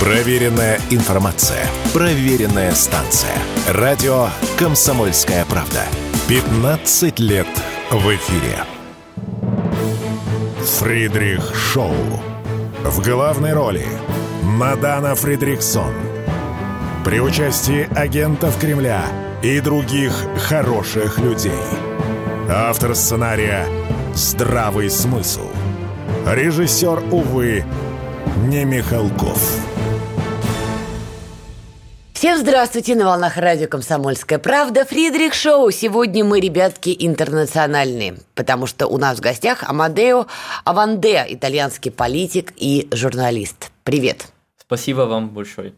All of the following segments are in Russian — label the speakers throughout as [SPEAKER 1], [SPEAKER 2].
[SPEAKER 1] Проверенная информация. Проверенная станция. Радио «Комсомольская правда». 15 лет в эфире. Фридрих Шоу. В главной роли Мадана Фридриксон. При участии агентов Кремля и других хороших людей. Автор сценария «Здравый смысл». Режиссер, увы, не Михалков.
[SPEAKER 2] Всем здравствуйте на волнах радио «Комсомольская правда». Фридрих Шоу. Сегодня мы, ребятки, интернациональные, потому что у нас в гостях Амадео Аванде, итальянский политик и журналист. Привет.
[SPEAKER 3] Спасибо вам большое.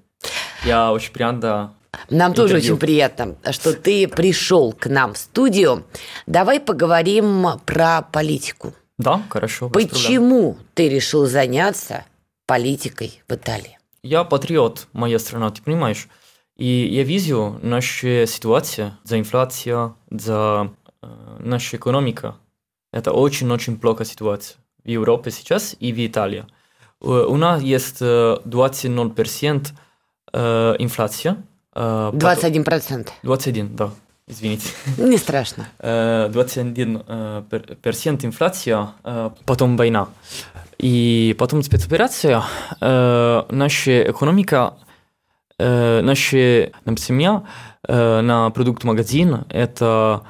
[SPEAKER 3] Я очень рада
[SPEAKER 2] Нам тоже
[SPEAKER 3] Интервью.
[SPEAKER 2] очень приятно, что ты пришел к нам в студию. Давай поговорим про политику.
[SPEAKER 3] Да, хорошо. без проблем.
[SPEAKER 2] Почему ты решил заняться политикой в Италии?
[SPEAKER 3] Я патриот, моя страна, ты понимаешь? И я вижу нашу ситуацию за инфляцию, за э, наша экономика. Это очень-очень плохая ситуация в Европе сейчас и в Италии. Э, У нас есть э, 20% э, инфляция. э, потом-
[SPEAKER 2] 21%.
[SPEAKER 3] 21, да, извините.
[SPEAKER 2] Не страшно.
[SPEAKER 3] Э, 21% э, пер- персент инфляция, э, потом война. И потом спецоперация, э, наша экономика, э, наша нам семья э, на продукт магазин это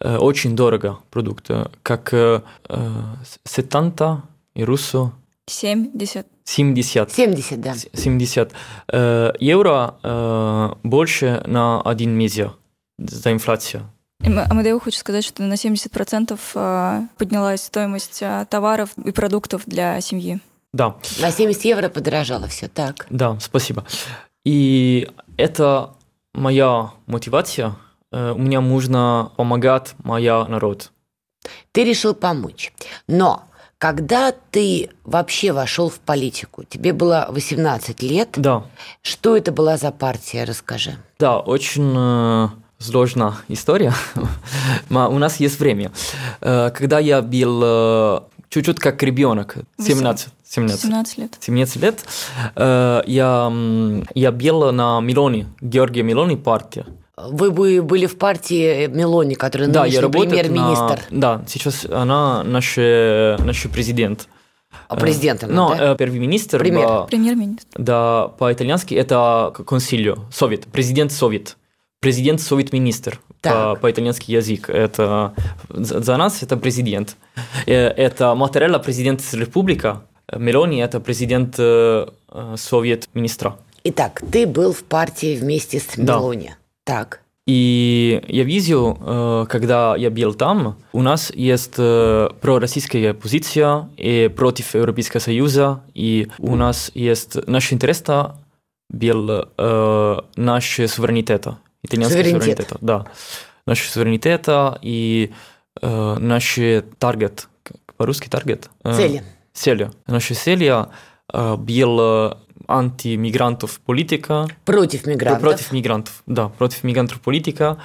[SPEAKER 3] э, очень дорого продукт, э, как э, э, с- 70 и русо
[SPEAKER 4] 70.
[SPEAKER 3] 70.
[SPEAKER 2] 70, да.
[SPEAKER 3] 70 э, евро э, больше на один месяц за инфляцию.
[SPEAKER 4] М- Амадео хочет сказать, что на 70% э, поднялась стоимость э, товаров и продуктов для семьи.
[SPEAKER 3] Да.
[SPEAKER 2] На 70 евро подорожало все, так.
[SPEAKER 3] Да, спасибо. И это моя мотивация. Э, У меня нужно помогать моя народ.
[SPEAKER 2] Ты решил помочь. Но когда ты вообще вошел в политику, тебе было 18 лет,
[SPEAKER 3] Да,
[SPEAKER 2] что это была за партия, расскажи.
[SPEAKER 3] да, очень э, сложная история. Но у нас есть время. Э, Когда я был э, чуть-чуть как ребенок, 17, 17,
[SPEAKER 4] 17 лет.
[SPEAKER 3] 17 лет, э, я, м, я был на Милоне, Георгия Милони партия.
[SPEAKER 2] Вы бы были в партии Мелони, который
[SPEAKER 3] Да,
[SPEAKER 2] нынешний
[SPEAKER 3] я работаю на...
[SPEAKER 2] премьер-министр,
[SPEAKER 3] Да, сейчас она наш, э, наш президент.
[SPEAKER 2] а президентом,
[SPEAKER 3] Но
[SPEAKER 2] да?
[SPEAKER 3] э, первый министр,
[SPEAKER 2] Премьер.
[SPEAKER 3] ба-
[SPEAKER 4] Премьер-министр.
[SPEAKER 3] да, по-итальянски это консилио, совет, президент совет. Президент совет министр
[SPEAKER 2] Так.
[SPEAKER 3] по, итальянски язык. Это за, за нас это президент. Э, Это Матерелла президент республика, Мелони это президент э, э, совет министра.
[SPEAKER 2] Итак, ты был в партии вместе с
[SPEAKER 3] Да.
[SPEAKER 2] Мелони. Так.
[SPEAKER 3] И я видел, э, когда я был там, у нас есть э, пророссийская позиция и против Европейского Союза, и у нас есть наш интерес был э, наш суверенитет, итальянский
[SPEAKER 2] Суверенитет.
[SPEAKER 3] суверенитет, да, наш суверенитет и э, наш таргет, как по-русски таргет, Э,
[SPEAKER 2] Цели.
[SPEAKER 3] цели, наши цели э, был э, антимигрантов политика.
[SPEAKER 2] Против мигрантов.
[SPEAKER 3] Про- Против мигрантов, да, против мигрантов политика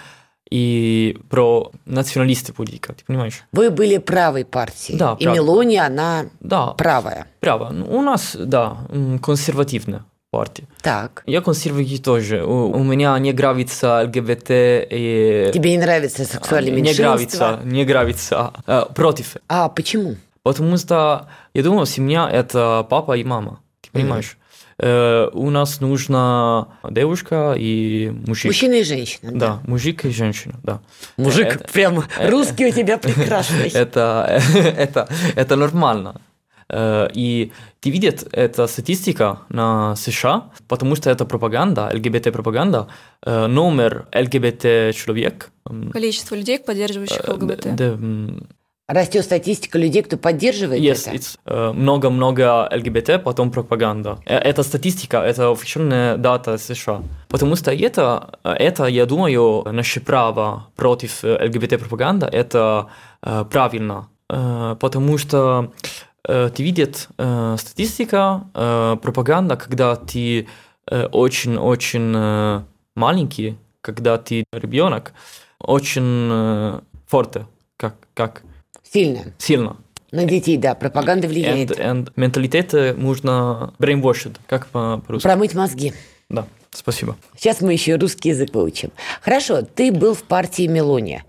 [SPEAKER 3] и про националисты политика, ты понимаешь?
[SPEAKER 2] Вы были правой партией.
[SPEAKER 3] Да,
[SPEAKER 2] и
[SPEAKER 3] прав-
[SPEAKER 2] Мелони, она
[SPEAKER 3] Да,
[SPEAKER 2] правая.
[SPEAKER 3] право. Ну, У нас, да, м, консервативная партия.
[SPEAKER 2] Так.
[SPEAKER 3] Я консерватив тоже. У, у меня не нравится ЛГБТ и...
[SPEAKER 2] Тебе не нравится сексуальное
[SPEAKER 3] не
[SPEAKER 2] меньшинство?
[SPEAKER 3] А, нравится, не нравится. Э, против.
[SPEAKER 2] А почему?
[SPEAKER 3] Потому что я думал, семья – это папа и мама, ты понимаешь? Э, у нас нужна девушка и мужчина.
[SPEAKER 2] Мужчина и женщина. да.
[SPEAKER 3] Да, мужик и женщина, да.
[SPEAKER 2] Мужик,
[SPEAKER 3] Это-
[SPEAKER 2] прям русский у тебя прекрасный.
[SPEAKER 3] это, это, это нормально. Э, И ты видят эта статистика на США, потому что это пропаганда, ЛГБТ-пропаганда, э, номер ЛГБТ-человек. м,
[SPEAKER 4] Количество людей, поддерживающих
[SPEAKER 2] А,
[SPEAKER 3] э, д-
[SPEAKER 4] ЛГБТ.
[SPEAKER 3] д- м,
[SPEAKER 2] Растет статистика людей, кто поддерживает
[SPEAKER 3] Yes,
[SPEAKER 2] это.
[SPEAKER 3] it's, э, много-много ЛГБТ, потом пропаганда. Э, Это статистика, это официальная дата США. Потому что это, э, это я думаю, наше право против ЛГБТ-пропаганды, это э, правильно. Э, Потому что э, ты видит э, статистика, э, пропаганда, когда ты э, очень-очень э, маленький, когда ты ребенок, очень э, форте, как, как
[SPEAKER 2] Сильно.
[SPEAKER 3] сильно.
[SPEAKER 2] На детей, да, пропаганда влияет.
[SPEAKER 3] And, and менталитет э, можно brainwashed, как по- по-русски.
[SPEAKER 2] Промыть мозги.
[SPEAKER 3] Да, спасибо.
[SPEAKER 2] Сейчас мы еще и русский язык выучим. Хорошо, ты был в партии Мелония.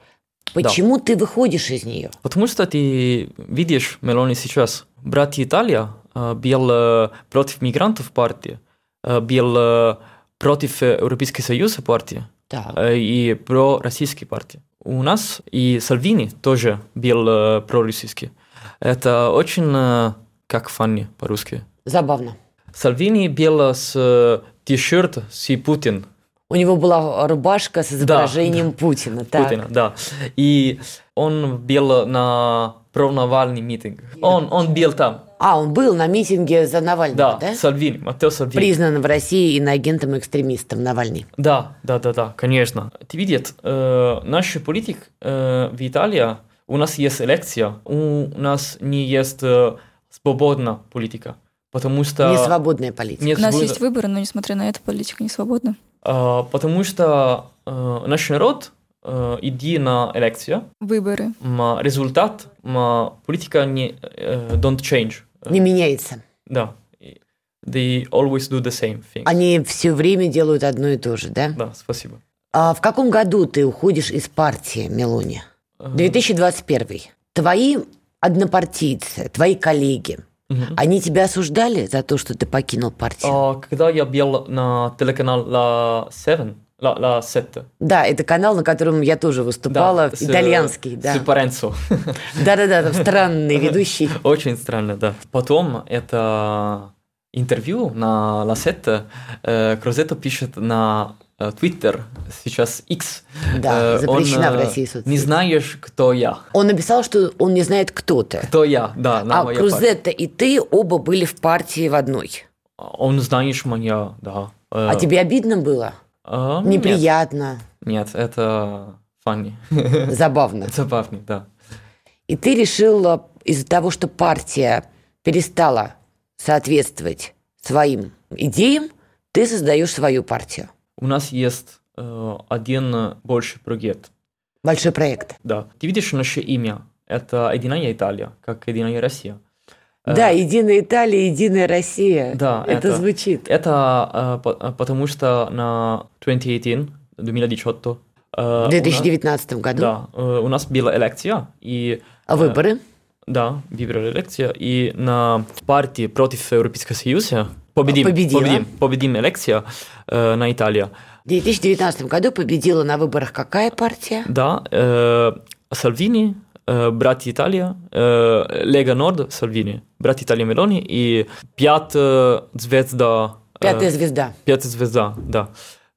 [SPEAKER 2] Почему ты выходишь из нее?
[SPEAKER 3] Потому что ты видишь, Мелони сейчас, братья Италия э, бил э, против мигрантов партии, э, бил э, против э, Европейского Союза партии
[SPEAKER 2] Так.
[SPEAKER 3] э, и пророссийской партии. У нас и Сальвини тоже бил э, пророссийский. Это очень, э, как фанни по-русски.
[SPEAKER 2] Забавно.
[SPEAKER 3] Сальвини бил с э, t-shirt с Путин.
[SPEAKER 2] У него была рубашка с изображением Путина. Так.
[SPEAKER 3] Путина, да. И он бил на провнавальный митинг. Он, он бил там.
[SPEAKER 2] А, он был на митинге за Навального,
[SPEAKER 3] Да,
[SPEAKER 2] да?
[SPEAKER 3] Сальвини, Маттео Сальвини.
[SPEAKER 2] Признан в России иноагентом-экстремистом Навальный.
[SPEAKER 3] Да, да, да, да, конечно. Ты видишь, э, наш политик э, в Италии, у нас есть лекция, у нас не есть э, свободная политика, потому что...
[SPEAKER 2] Не свободная политика.
[SPEAKER 3] Нет
[SPEAKER 4] У нас
[SPEAKER 3] свобода-
[SPEAKER 4] есть выборы, но несмотря на это политика не свободна.
[SPEAKER 3] Э, потому что э, наш народ э, иди на лекцию,
[SPEAKER 4] Выборы.
[SPEAKER 3] но результат, но политика не э, don't change. Э,
[SPEAKER 2] Не меняется.
[SPEAKER 3] Да. И They always do the same thing.
[SPEAKER 2] Они все время делают одно и то же, да?
[SPEAKER 3] Да, спасибо.
[SPEAKER 2] А в каком году ты уходишь из партии, Мелония?
[SPEAKER 3] Э,
[SPEAKER 2] 2021. Твои однопартийцы, твои коллеги,
[SPEAKER 3] мгм.
[SPEAKER 2] они тебя осуждали за то, что ты покинул партию?
[SPEAKER 3] А, когда я бил на телеканал La Seven, La, La Sette,
[SPEAKER 2] Да, это канал, на котором я тоже выступала,
[SPEAKER 3] с, э,
[SPEAKER 2] итальянский,
[SPEAKER 3] с
[SPEAKER 2] да.
[SPEAKER 3] Паренцо.
[SPEAKER 2] Да-да-да, там странный ведущий.
[SPEAKER 3] Очень странно, да. Потом это интервью на La Sette, э, Крузетто пишет на э, Twitter, сейчас X.
[SPEAKER 2] Да,
[SPEAKER 3] э,
[SPEAKER 2] запрещена
[SPEAKER 3] он,
[SPEAKER 2] в
[SPEAKER 3] э,
[SPEAKER 2] России соцсеть.
[SPEAKER 3] Не знаешь, кто я.
[SPEAKER 2] Он написал, что он не знает, кто ты.
[SPEAKER 3] Кто я, да, на
[SPEAKER 2] А
[SPEAKER 3] моей партии.
[SPEAKER 2] Крузетта и ты оба были в партии в одной.
[SPEAKER 3] Он знаешь меня, да. Э, а,
[SPEAKER 2] А тебе обидно было? Неприятно,
[SPEAKER 3] Нет, это funny.
[SPEAKER 2] забавно.
[SPEAKER 3] Забавный, да.
[SPEAKER 2] И ты решила из-за того, что партия перестала соответствовать своим идеям, ты создаешь свою партию.
[SPEAKER 3] У нас есть э, один э, больше проект.
[SPEAKER 2] Большой проект.
[SPEAKER 3] Да. Ты видишь наше имя? Это Единая Италия, как Единая Россия. Э,
[SPEAKER 2] Да, Единая Италия, Единая Россия.
[SPEAKER 3] Да,
[SPEAKER 2] это,
[SPEAKER 3] это-
[SPEAKER 2] звучит.
[SPEAKER 3] Это э, по- э, потому что на 2018, 2018, э,
[SPEAKER 2] В
[SPEAKER 3] у
[SPEAKER 2] 2019
[SPEAKER 3] нас,
[SPEAKER 2] году
[SPEAKER 3] да, э, у нас была элекция, и
[SPEAKER 2] выборы.
[SPEAKER 3] да, выбрали элекция, и на партии против Европейского Союза победим,
[SPEAKER 2] Победила.
[SPEAKER 3] победим, победим элекция э, на Италии.
[SPEAKER 2] В 2019 году победила на выборах какая партия?
[SPEAKER 3] Да, э, Сальвини, э, брат Италия, э, Лега Норд, Сальвини, брат Италия Мелони и пят э, звезда... э,
[SPEAKER 2] Пятая звезда.
[SPEAKER 3] пятая звезда, да,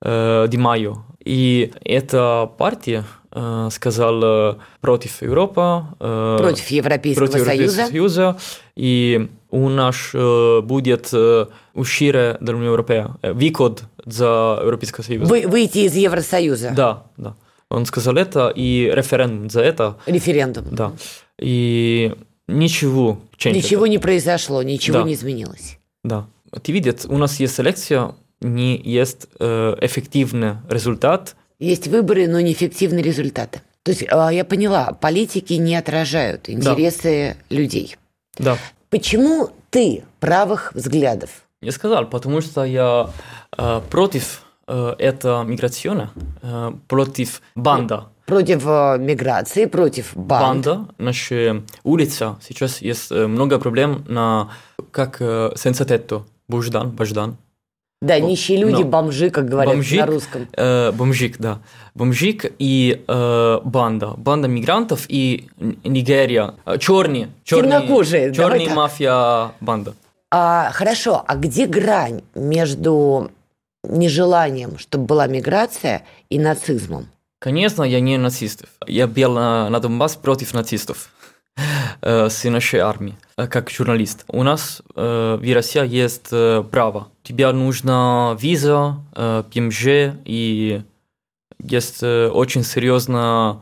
[SPEAKER 3] э, Ди Майо. И эта партия э, сказала против Европы, э,
[SPEAKER 2] Против Европейского
[SPEAKER 3] против Европейского
[SPEAKER 2] Союза.
[SPEAKER 3] Союза, и у нас э, будет э, ущерб для Union Европея, э, выход за Европейского Союза.
[SPEAKER 2] Вы- выйти из Евросоюза.
[SPEAKER 3] Да, да. Он сказал это, и референдум за это,
[SPEAKER 2] Референдум.
[SPEAKER 3] да. И ничего change
[SPEAKER 2] Ничего не произошло, ничего
[SPEAKER 3] Да.
[SPEAKER 2] не изменилось.
[SPEAKER 3] Да. Ты видишь, у нас есть селекция, не есть э, эффективный результат.
[SPEAKER 2] Есть выборы, но неэффективны результаты. То есть, а, я поняла, политики не отражают интересы людей.
[SPEAKER 3] Да.
[SPEAKER 2] Почему ты правых взглядов?
[SPEAKER 3] Я сказал, потому что я э, против э, этого миграциона, э, против банда.
[SPEAKER 2] Против э, миграции, против банд.
[SPEAKER 3] Банда, наша улица. Сейчас есть э, много проблем на как э, сенсатетто, буждан, баждан.
[SPEAKER 2] Да,
[SPEAKER 3] Б-
[SPEAKER 2] нищие люди,
[SPEAKER 3] но.
[SPEAKER 2] бомжи, как говорят
[SPEAKER 3] Ну, Бомжи.
[SPEAKER 2] на русском.
[SPEAKER 3] Э, бомжик, да. Бомжик и э, банда. Банда мигрантов и Н- Нигерия. Э, Черные. черные-
[SPEAKER 2] Темнокожие, давай
[SPEAKER 3] черные
[SPEAKER 2] так.
[SPEAKER 3] мафия банда.
[SPEAKER 2] А, хорошо, а где грань между нежеланием, чтобы была миграция, и нацизмом?
[SPEAKER 3] Конечно, я не нацист. Я бил на, на Донбасс против нацистов э, с нашей армии, э, как журналист. У нас э, в России есть э, право. Тебе нужна виза, э, ПМЖ, и есть э, очень серьезная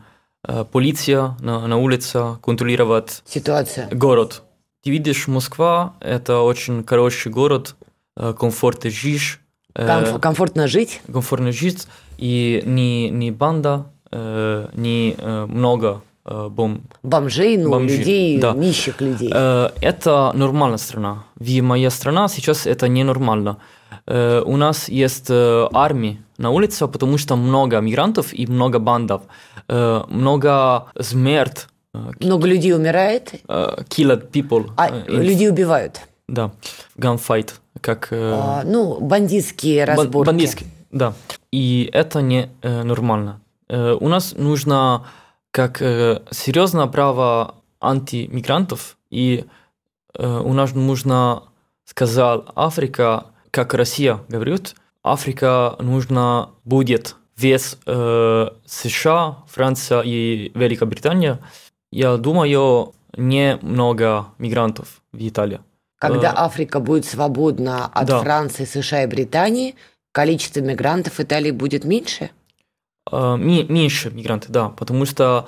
[SPEAKER 3] э, полиция на, на улице контролировать
[SPEAKER 2] Ситуация.
[SPEAKER 3] город. Ты видишь, Москва – это очень хороший город, э, комфортно жишь.
[SPEAKER 2] Комф- комфортно жить?
[SPEAKER 3] комфортно жить, и не, не банда, э, не э, много э, бом.
[SPEAKER 2] Бомжей, ну,
[SPEAKER 3] Бомжи,
[SPEAKER 2] людей,
[SPEAKER 3] да.
[SPEAKER 2] нищих людей.
[SPEAKER 3] Э, Это нормальная страна. И моя страна сейчас это ненормально. Э, У нас есть э, армии на улице, потому что много мигрантов и много бандов. Э, Много смерть.
[SPEAKER 2] Много людей умирает,
[SPEAKER 3] э, Killed people.
[SPEAKER 2] а
[SPEAKER 3] э, in-
[SPEAKER 2] людей убивают.
[SPEAKER 3] Да. Gunfight. Как... э,
[SPEAKER 2] А, ну, бандитские
[SPEAKER 3] Бан-
[SPEAKER 2] разборки.
[SPEAKER 3] бандитский, да. И это не э, нормально. Э, у нас нужно как э, серьезное право антимигрантов, и э, у нас нужно, сказал Африка, как Россия говорит, Африка нужно будет вес э, США, Франция и Великобритания. Я думаю, не много мигрантов в Италии.
[SPEAKER 2] Когда
[SPEAKER 3] э,
[SPEAKER 2] Африка будет свободна от
[SPEAKER 3] да.
[SPEAKER 2] Франции, США и Британии, количество мигрантов в Италии будет меньше?
[SPEAKER 3] Э, ми- меньше мигранты, да, потому что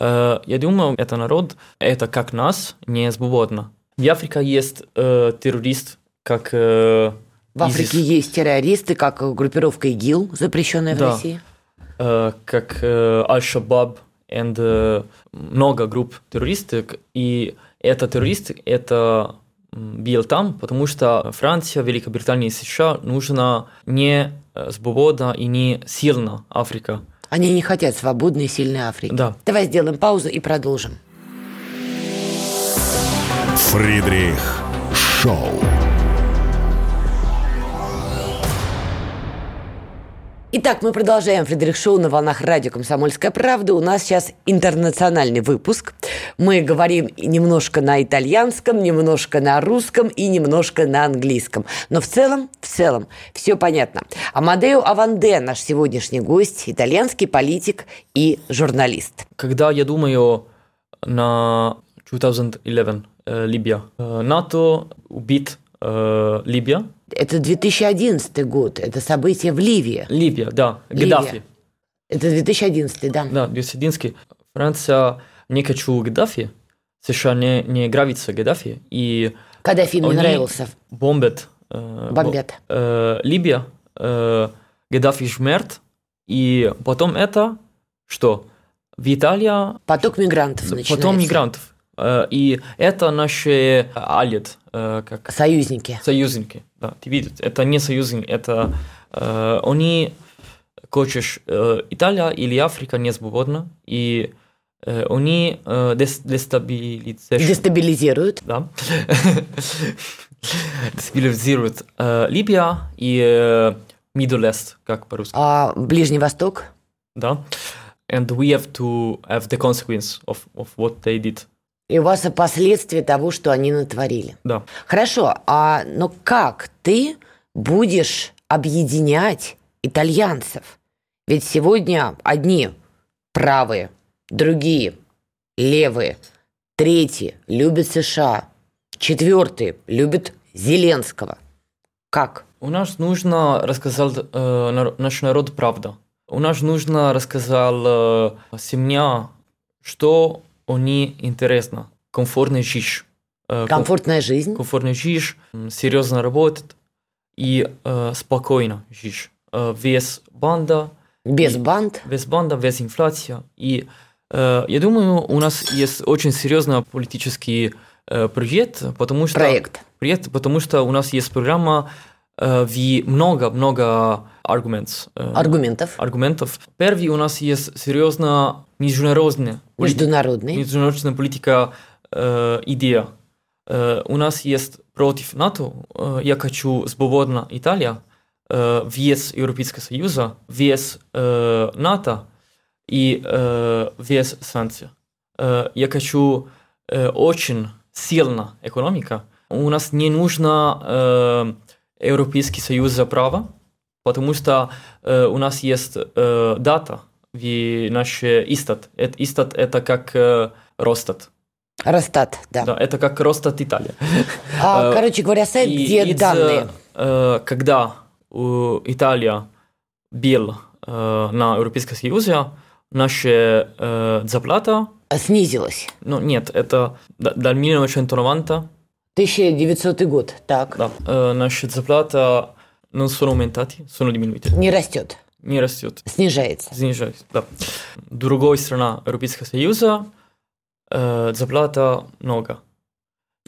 [SPEAKER 3] э, я думаю, это народ, это как нас, не свободно. В Африке есть э, террорист, как э,
[SPEAKER 2] В Африке
[SPEAKER 3] ISIS,
[SPEAKER 2] есть террористы, как э, группировка ИГИЛ, запрещенная
[SPEAKER 3] Да.
[SPEAKER 2] в России.
[SPEAKER 3] э, как э, Аль-Шабаб, and, э, много групп террористов, и это террористы, это м, бил там, потому что Франция, Великобритания и США нужно не э, свободно и не сильно Африка.
[SPEAKER 2] Они не хотят свободной и сильной Африки.
[SPEAKER 3] Да.
[SPEAKER 2] Давай сделаем паузу и продолжим.
[SPEAKER 1] Фридрих Шоу.
[SPEAKER 2] Итак, мы продолжаем Фредерик Шоу на волнах радио «Комсомольская правда». У нас сейчас интернациональный выпуск. Мы говорим немножко на итальянском, немножко на русском и немножко на английском. Но в целом, в целом, все понятно. Амадео Аванде – наш сегодняшний гость, итальянский политик и журналист.
[SPEAKER 3] когда я думаю на 2011 э, Либия, э, НАТО убит э, Либия,
[SPEAKER 2] Это 2011 год, это событие в Ливии.
[SPEAKER 3] Либия, да,
[SPEAKER 2] Ливия.
[SPEAKER 3] Гаддафи,
[SPEAKER 2] Это 2011, да?
[SPEAKER 3] да, 2011. Франция не хочу Гаддафи, США не, не нравится Гаддафи и
[SPEAKER 2] Когда фильм не
[SPEAKER 3] Они-
[SPEAKER 2] нравился,
[SPEAKER 3] бомбят, э,
[SPEAKER 2] бомбят.
[SPEAKER 3] бо- э, Либия, э, Гаддафи жмерт, и потом это что? В Италии
[SPEAKER 2] Поток мигрантов начинается.
[SPEAKER 3] потом мигрантов. Э, И это наши алит, э, как
[SPEAKER 2] Союзники.
[SPEAKER 3] союзники. Да, ты видишь, это не союзники, это э, они хочешь э, Италия или Африка не свободна, и э, они э, дес- дестабилизируют-
[SPEAKER 2] Дестабилизируют.
[SPEAKER 3] да, дестабилизируют э, Либия и э, Middle East, как по-русски,
[SPEAKER 2] А Ближний Восток?
[SPEAKER 3] да. And we have to have the consequence of, of what they did.
[SPEAKER 2] И у вас и последствия того, что они натворили.
[SPEAKER 3] Да.
[SPEAKER 2] Хорошо, а но как ты будешь объединять итальянцев? Ведь сегодня одни правые, другие левые, третьи любят США, четвертые любят Зеленского. Как?
[SPEAKER 3] У нас нужно рассказал э, нар- наш народ правда. У нас нужно рассказал э, семья, что они интересно, комфортный жиж. Э, ком-
[SPEAKER 2] Комфортная жизнь?
[SPEAKER 3] комфортный жиж, м, серьезно работает и э, спокойно жиж. Э, без банда,
[SPEAKER 2] Без банд?
[SPEAKER 3] без банда, без инфляция. И э, я думаю, у нас есть очень серьезный политический э, проект, потому что
[SPEAKER 2] Проект.
[SPEAKER 3] Привет, потому что у нас есть программа, э, где много-много аргументов.
[SPEAKER 2] Аргументов?
[SPEAKER 3] аргументов. Первый у нас есть серьезно международная, поли-
[SPEAKER 2] Международный?
[SPEAKER 3] международная политика э, идея. Э, у нас есть против НАТО, э, я хочу свободна Италия, э, вес Европейского Союза, вес э, НАТО и э, вес санкций. Э, я хочу э, очень сильно экономика. У нас не нужно э, Европейский Союз за право, потому что э, у нас есть э, дата в нашей Истат. Эт- Истат это как э, Ростат.
[SPEAKER 2] Росстат, да.
[SPEAKER 3] Да, это как Ростат Италия.
[SPEAKER 2] А,
[SPEAKER 3] Э,
[SPEAKER 2] короче говоря, сайт,
[SPEAKER 3] И-
[SPEAKER 2] где
[SPEAKER 3] и за-
[SPEAKER 2] данные.
[SPEAKER 3] э, когда у Италия бил э, на Европейском Союзе, наша э, зарплата,
[SPEAKER 2] Снизилась.
[SPEAKER 3] ну нет, это до до 1990,
[SPEAKER 2] 1900 год, так.
[SPEAKER 3] ну, да, э, наша зарплата non sono aumentati, sono diminuiti.
[SPEAKER 2] Не растет.
[SPEAKER 3] не растет.
[SPEAKER 2] Снижается.
[SPEAKER 3] Снижается, да. Другой страна Европейского Союза э, зарплата много.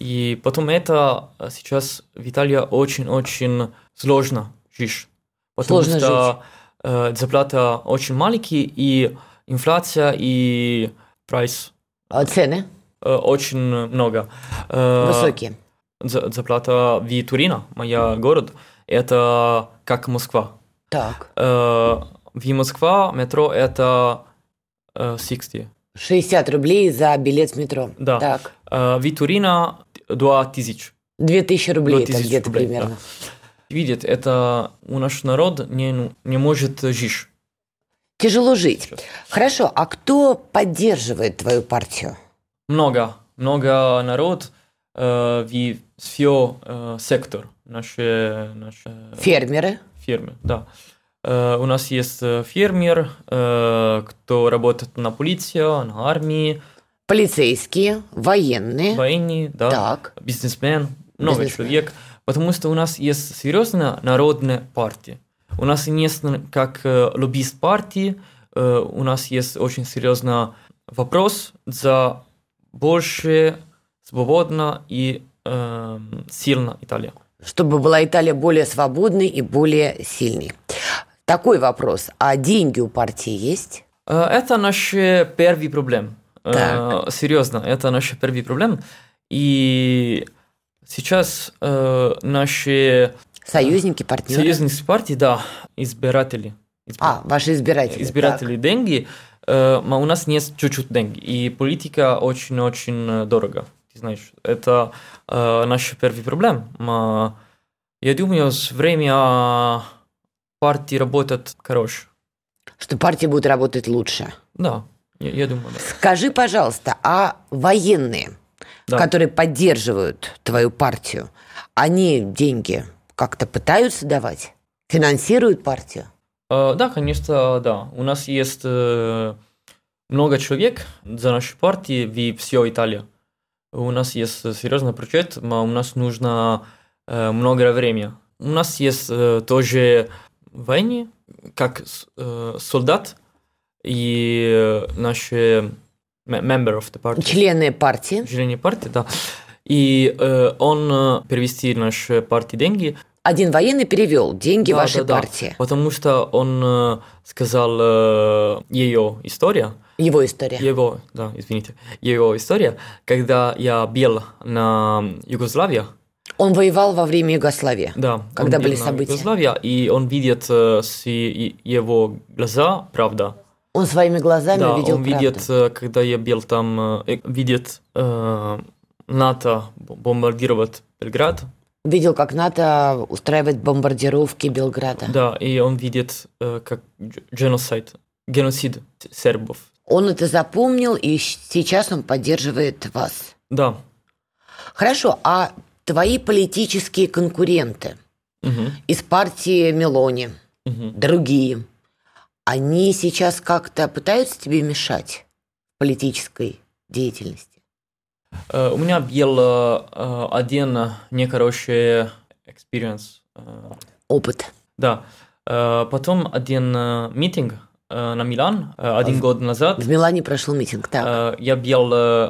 [SPEAKER 3] И потом это э, сейчас в Италии очень-очень сложно жить. Потому
[SPEAKER 2] Сложно
[SPEAKER 3] что э, зарплата очень маленький, и инфляция, и прайс
[SPEAKER 2] А цены
[SPEAKER 3] э, очень много. Э,
[SPEAKER 2] высокие.
[SPEAKER 3] за- Зарплата в Турина, моя город, это как Москва.
[SPEAKER 2] Так.
[SPEAKER 3] Э, в Москва метро это э, 60.
[SPEAKER 2] 60 рублей за билет в метро.
[SPEAKER 3] Да.
[SPEAKER 2] Так.
[SPEAKER 3] Э, в Турина 2000.
[SPEAKER 2] 2000 рублей это
[SPEAKER 3] 2000
[SPEAKER 2] где-то
[SPEAKER 3] рублей,
[SPEAKER 2] примерно.
[SPEAKER 3] Видит, это у наш народ не, ну, не может жить.
[SPEAKER 2] Тяжело жить. Хорошо, а кто поддерживает твою партию?
[SPEAKER 3] Много, много народ э, в все э, сектор нашей, нашей
[SPEAKER 2] Фермеры?
[SPEAKER 3] фирмы. Да. Э, у нас есть э, фермер, э, кто работает на полиции, на армии,
[SPEAKER 2] Полицейские, военные.
[SPEAKER 3] военные, да.
[SPEAKER 2] Так.
[SPEAKER 3] бизнесмен, много
[SPEAKER 2] Бизнесмен.
[SPEAKER 3] человек, потому что у нас есть серьезная народная партия. У нас есть как э, лоббист партии, э, у нас есть очень серьезный вопрос за больше свободно и эм, сильно Италия.
[SPEAKER 2] Чтобы была Италия более свободной и более сильной. Такой вопрос. А деньги у партии есть?
[SPEAKER 3] Э, Это наш первый проблем. Э,
[SPEAKER 2] Так.
[SPEAKER 3] Серьезно, это наш первый проблем. И сейчас э, наши
[SPEAKER 2] Союзники, партнеры?
[SPEAKER 3] союзники с партией, да, избиратели.
[SPEAKER 2] А, ваши избиратели.
[SPEAKER 3] избиратели деньги, э, но у нас нет чуть-чуть деньги. И политика очень-очень э, дорого. Ты знаешь, это э, наш первый проблем. Но я думаю, с время а, партии работает хорош.
[SPEAKER 2] Так, Что партия будет работать лучше.
[SPEAKER 3] Да, я, я думаю, да.
[SPEAKER 2] Скажи, пожалуйста, а военные,
[SPEAKER 3] Да.
[SPEAKER 2] которые поддерживают твою партию, они деньги как-то пытаются давать? Финансируют партию?
[SPEAKER 3] Э, да, конечно, да. У нас есть э, много человек за нашу партию в всей Италии. У нас есть серьезный бюджет, но у нас нужно э, много времени. У нас есть э, тоже войны, как с- э, солдат и э, наши ме- member of the party.
[SPEAKER 2] Члены партии.
[SPEAKER 3] Члены партии, да. И э, он э, перевести наши партии деньги,
[SPEAKER 2] Один военный перевел деньги
[SPEAKER 3] да,
[SPEAKER 2] вашей
[SPEAKER 3] да, да.
[SPEAKER 2] партии.
[SPEAKER 3] Потому что он э, сказал э, ее история,
[SPEAKER 2] Его история.
[SPEAKER 3] его, да, извините, его история, когда я бил на Югославию,
[SPEAKER 2] Он воевал во время Югославии.
[SPEAKER 3] да, он
[SPEAKER 2] Когда
[SPEAKER 3] бил
[SPEAKER 2] были
[SPEAKER 3] на
[SPEAKER 2] события?
[SPEAKER 3] Югославию, и он видит э, с и- его глаза, правда,
[SPEAKER 2] Он своими глазами
[SPEAKER 3] да,
[SPEAKER 2] видел
[SPEAKER 3] он
[SPEAKER 2] правду.
[SPEAKER 3] видит, э, когда я бил там, э, видит э, НАТО бом- бомбардировать Белград,
[SPEAKER 2] Видел, как НАТО устраивает бомбардировки Белграда.
[SPEAKER 3] да, и он видит э, как дж- геноцид, геноцид сербов,
[SPEAKER 2] Он это запомнил, и щ- сейчас он поддерживает вас.
[SPEAKER 3] да.
[SPEAKER 2] Хорошо, а твои политические конкуренты
[SPEAKER 3] Мгм.
[SPEAKER 2] из партии Мелони,
[SPEAKER 3] Мгм.
[SPEAKER 2] другие, они сейчас как-то пытаются тебе мешать в политической деятельности?
[SPEAKER 3] Э, У меня был э, один э, нехороший экспириенс. э,
[SPEAKER 2] Опыт.
[SPEAKER 3] Да. Э, Потом один э, митинг э, на Милан э, один
[SPEAKER 2] А в-
[SPEAKER 3] год назад.
[SPEAKER 2] В Милане прошел митинг, так.
[SPEAKER 3] э, Я был э,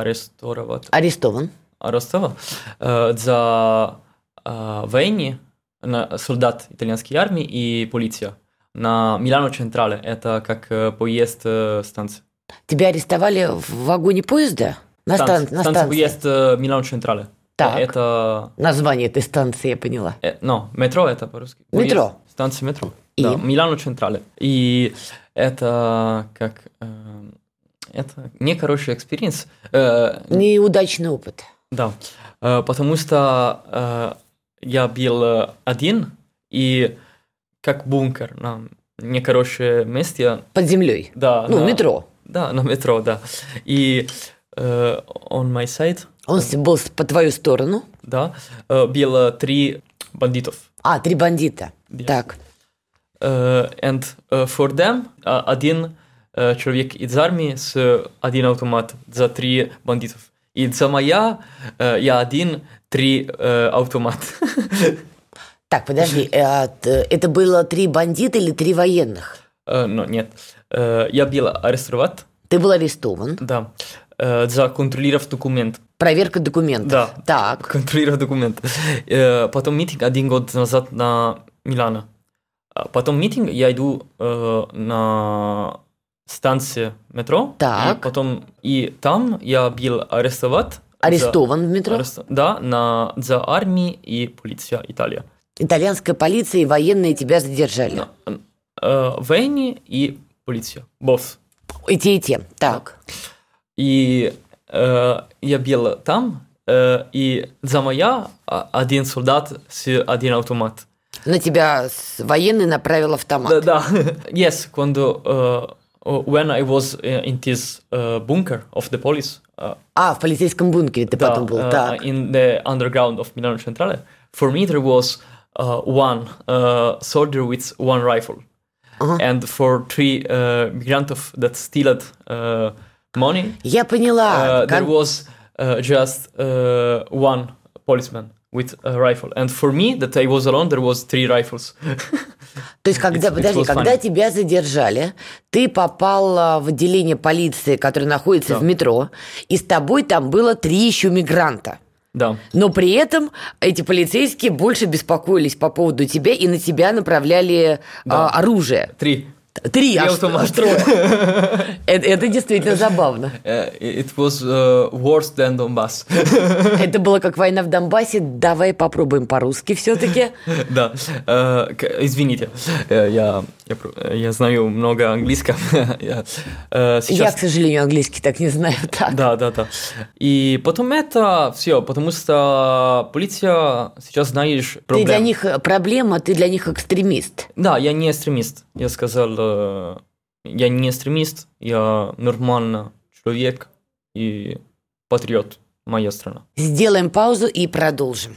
[SPEAKER 3] арестован
[SPEAKER 2] Арестован.
[SPEAKER 3] арестован, э, за э, войны на солдат итальянской армии и полиция на Милано Централе. Это как э, поезд э, станции.
[SPEAKER 2] Тебя арестовали в вагоне поезда? На, стан-
[SPEAKER 3] Станция-
[SPEAKER 2] на
[SPEAKER 3] Станция
[SPEAKER 2] станции.
[SPEAKER 3] поезд э, Милано Централе.
[SPEAKER 2] Так.
[SPEAKER 3] Это
[SPEAKER 2] Название этой станции я поняла.
[SPEAKER 3] Э, Но метро это по-русски.
[SPEAKER 2] Метро.
[SPEAKER 3] Поезд, Станция метро.
[SPEAKER 2] И?
[SPEAKER 3] Да, Милано Централе. И это как... эм, это нехороший экспириенс. Э,
[SPEAKER 2] Неудачный опыт.
[SPEAKER 3] Да. Э, потому что э, я был э, один, и как бункер на нехорошее месте.
[SPEAKER 2] Под землей.
[SPEAKER 3] Да,
[SPEAKER 2] Ну,
[SPEAKER 3] на-
[SPEAKER 2] метро.
[SPEAKER 3] Да, на метро, да. И э, on my side,
[SPEAKER 2] Он с- был с- по твою сторону.
[SPEAKER 3] да, э, было три бандитов.
[SPEAKER 2] А, три бандита.
[SPEAKER 3] Да.
[SPEAKER 2] Так.
[SPEAKER 3] Э, and э, for them э, один э, человек из армии с э, один автомат за три бандитов. uh, И за моя э, я один, три э, автомат.
[SPEAKER 2] Так, подожди, э, а т- это было три бандита или три военных?
[SPEAKER 3] Э, но нет. Э, я был арестован,
[SPEAKER 2] Ты был арестован.
[SPEAKER 3] да, э, за контролировав документ.
[SPEAKER 2] Проверка документов.
[SPEAKER 3] Да.
[SPEAKER 2] Так.
[SPEAKER 3] Контролировав документ. Э, потом митинг один год назад на Милана. А Потом митинг, я иду э, на станции метро.
[SPEAKER 2] Так.
[SPEAKER 3] И потом и там я был арестован. за-
[SPEAKER 2] Арестован в метро.
[SPEAKER 3] Арест- Да, на, за армии и полиция Италия.
[SPEAKER 2] Итальянская полиция и военные тебя задержали.
[SPEAKER 3] Э, Вейни и полиция. Босс.
[SPEAKER 2] И те, и те. Так.
[SPEAKER 3] И э, я был там, э, и за моя а, один солдат с один автомат.
[SPEAKER 2] На тебя с- военный направил автомат.
[SPEAKER 3] Да, да. yes, quando uh, when I was uh, in this uh, bunker of the police, uh,
[SPEAKER 2] А, в полицейском бункере ты
[SPEAKER 3] да,
[SPEAKER 2] потом был.
[SPEAKER 3] uh,
[SPEAKER 2] так.
[SPEAKER 3] in the underground of Milano Centrale, for me there was uh, one uh, soldier with one rifle, and for three uh, migrants of that stealed uh, money,
[SPEAKER 2] Я
[SPEAKER 3] uh,
[SPEAKER 2] поняла.
[SPEAKER 3] there
[SPEAKER 2] Кон-
[SPEAKER 3] was uh, just uh, one policeman with a rifle, and for me that I was alone, there was three rifles.
[SPEAKER 2] То есть, когда,
[SPEAKER 3] It's- it
[SPEAKER 2] подожди,
[SPEAKER 3] was
[SPEAKER 2] когда
[SPEAKER 3] funny.
[SPEAKER 2] тебя задержали, ты попала в отделение полиции, которое находится в метро, и с тобой там было три еще мигранта.
[SPEAKER 3] да.
[SPEAKER 2] Но при этом эти полицейские больше беспокоились по поводу тебя и на тебя направляли а, оружие.
[SPEAKER 3] Три.
[SPEAKER 2] Три,
[SPEAKER 3] Три
[SPEAKER 2] аж,
[SPEAKER 3] автомата.
[SPEAKER 2] аж трое. Это, это действительно забавно.
[SPEAKER 3] Uh, it was uh, worse than Donbass.
[SPEAKER 2] Это было как война в Донбассе. Давай попробуем по-русски все-таки.
[SPEAKER 3] да. Э, к- извините, Э, я, я, про- э, я знаю много английского. Я,
[SPEAKER 2] Я,
[SPEAKER 3] э, сейчас-
[SPEAKER 2] к сожалению, английский так не знаю. Так.
[SPEAKER 3] Да, да, да. И потом это все, потому что полиция сейчас знаешь
[SPEAKER 2] Ты
[SPEAKER 3] проблем.
[SPEAKER 2] для них э, проблема, ты для них экстремист.
[SPEAKER 3] Да, я не экстремист. Я сказал, э, я не экстремист, я нормально человек и патриот моя страна.
[SPEAKER 2] Сделаем паузу и продолжим.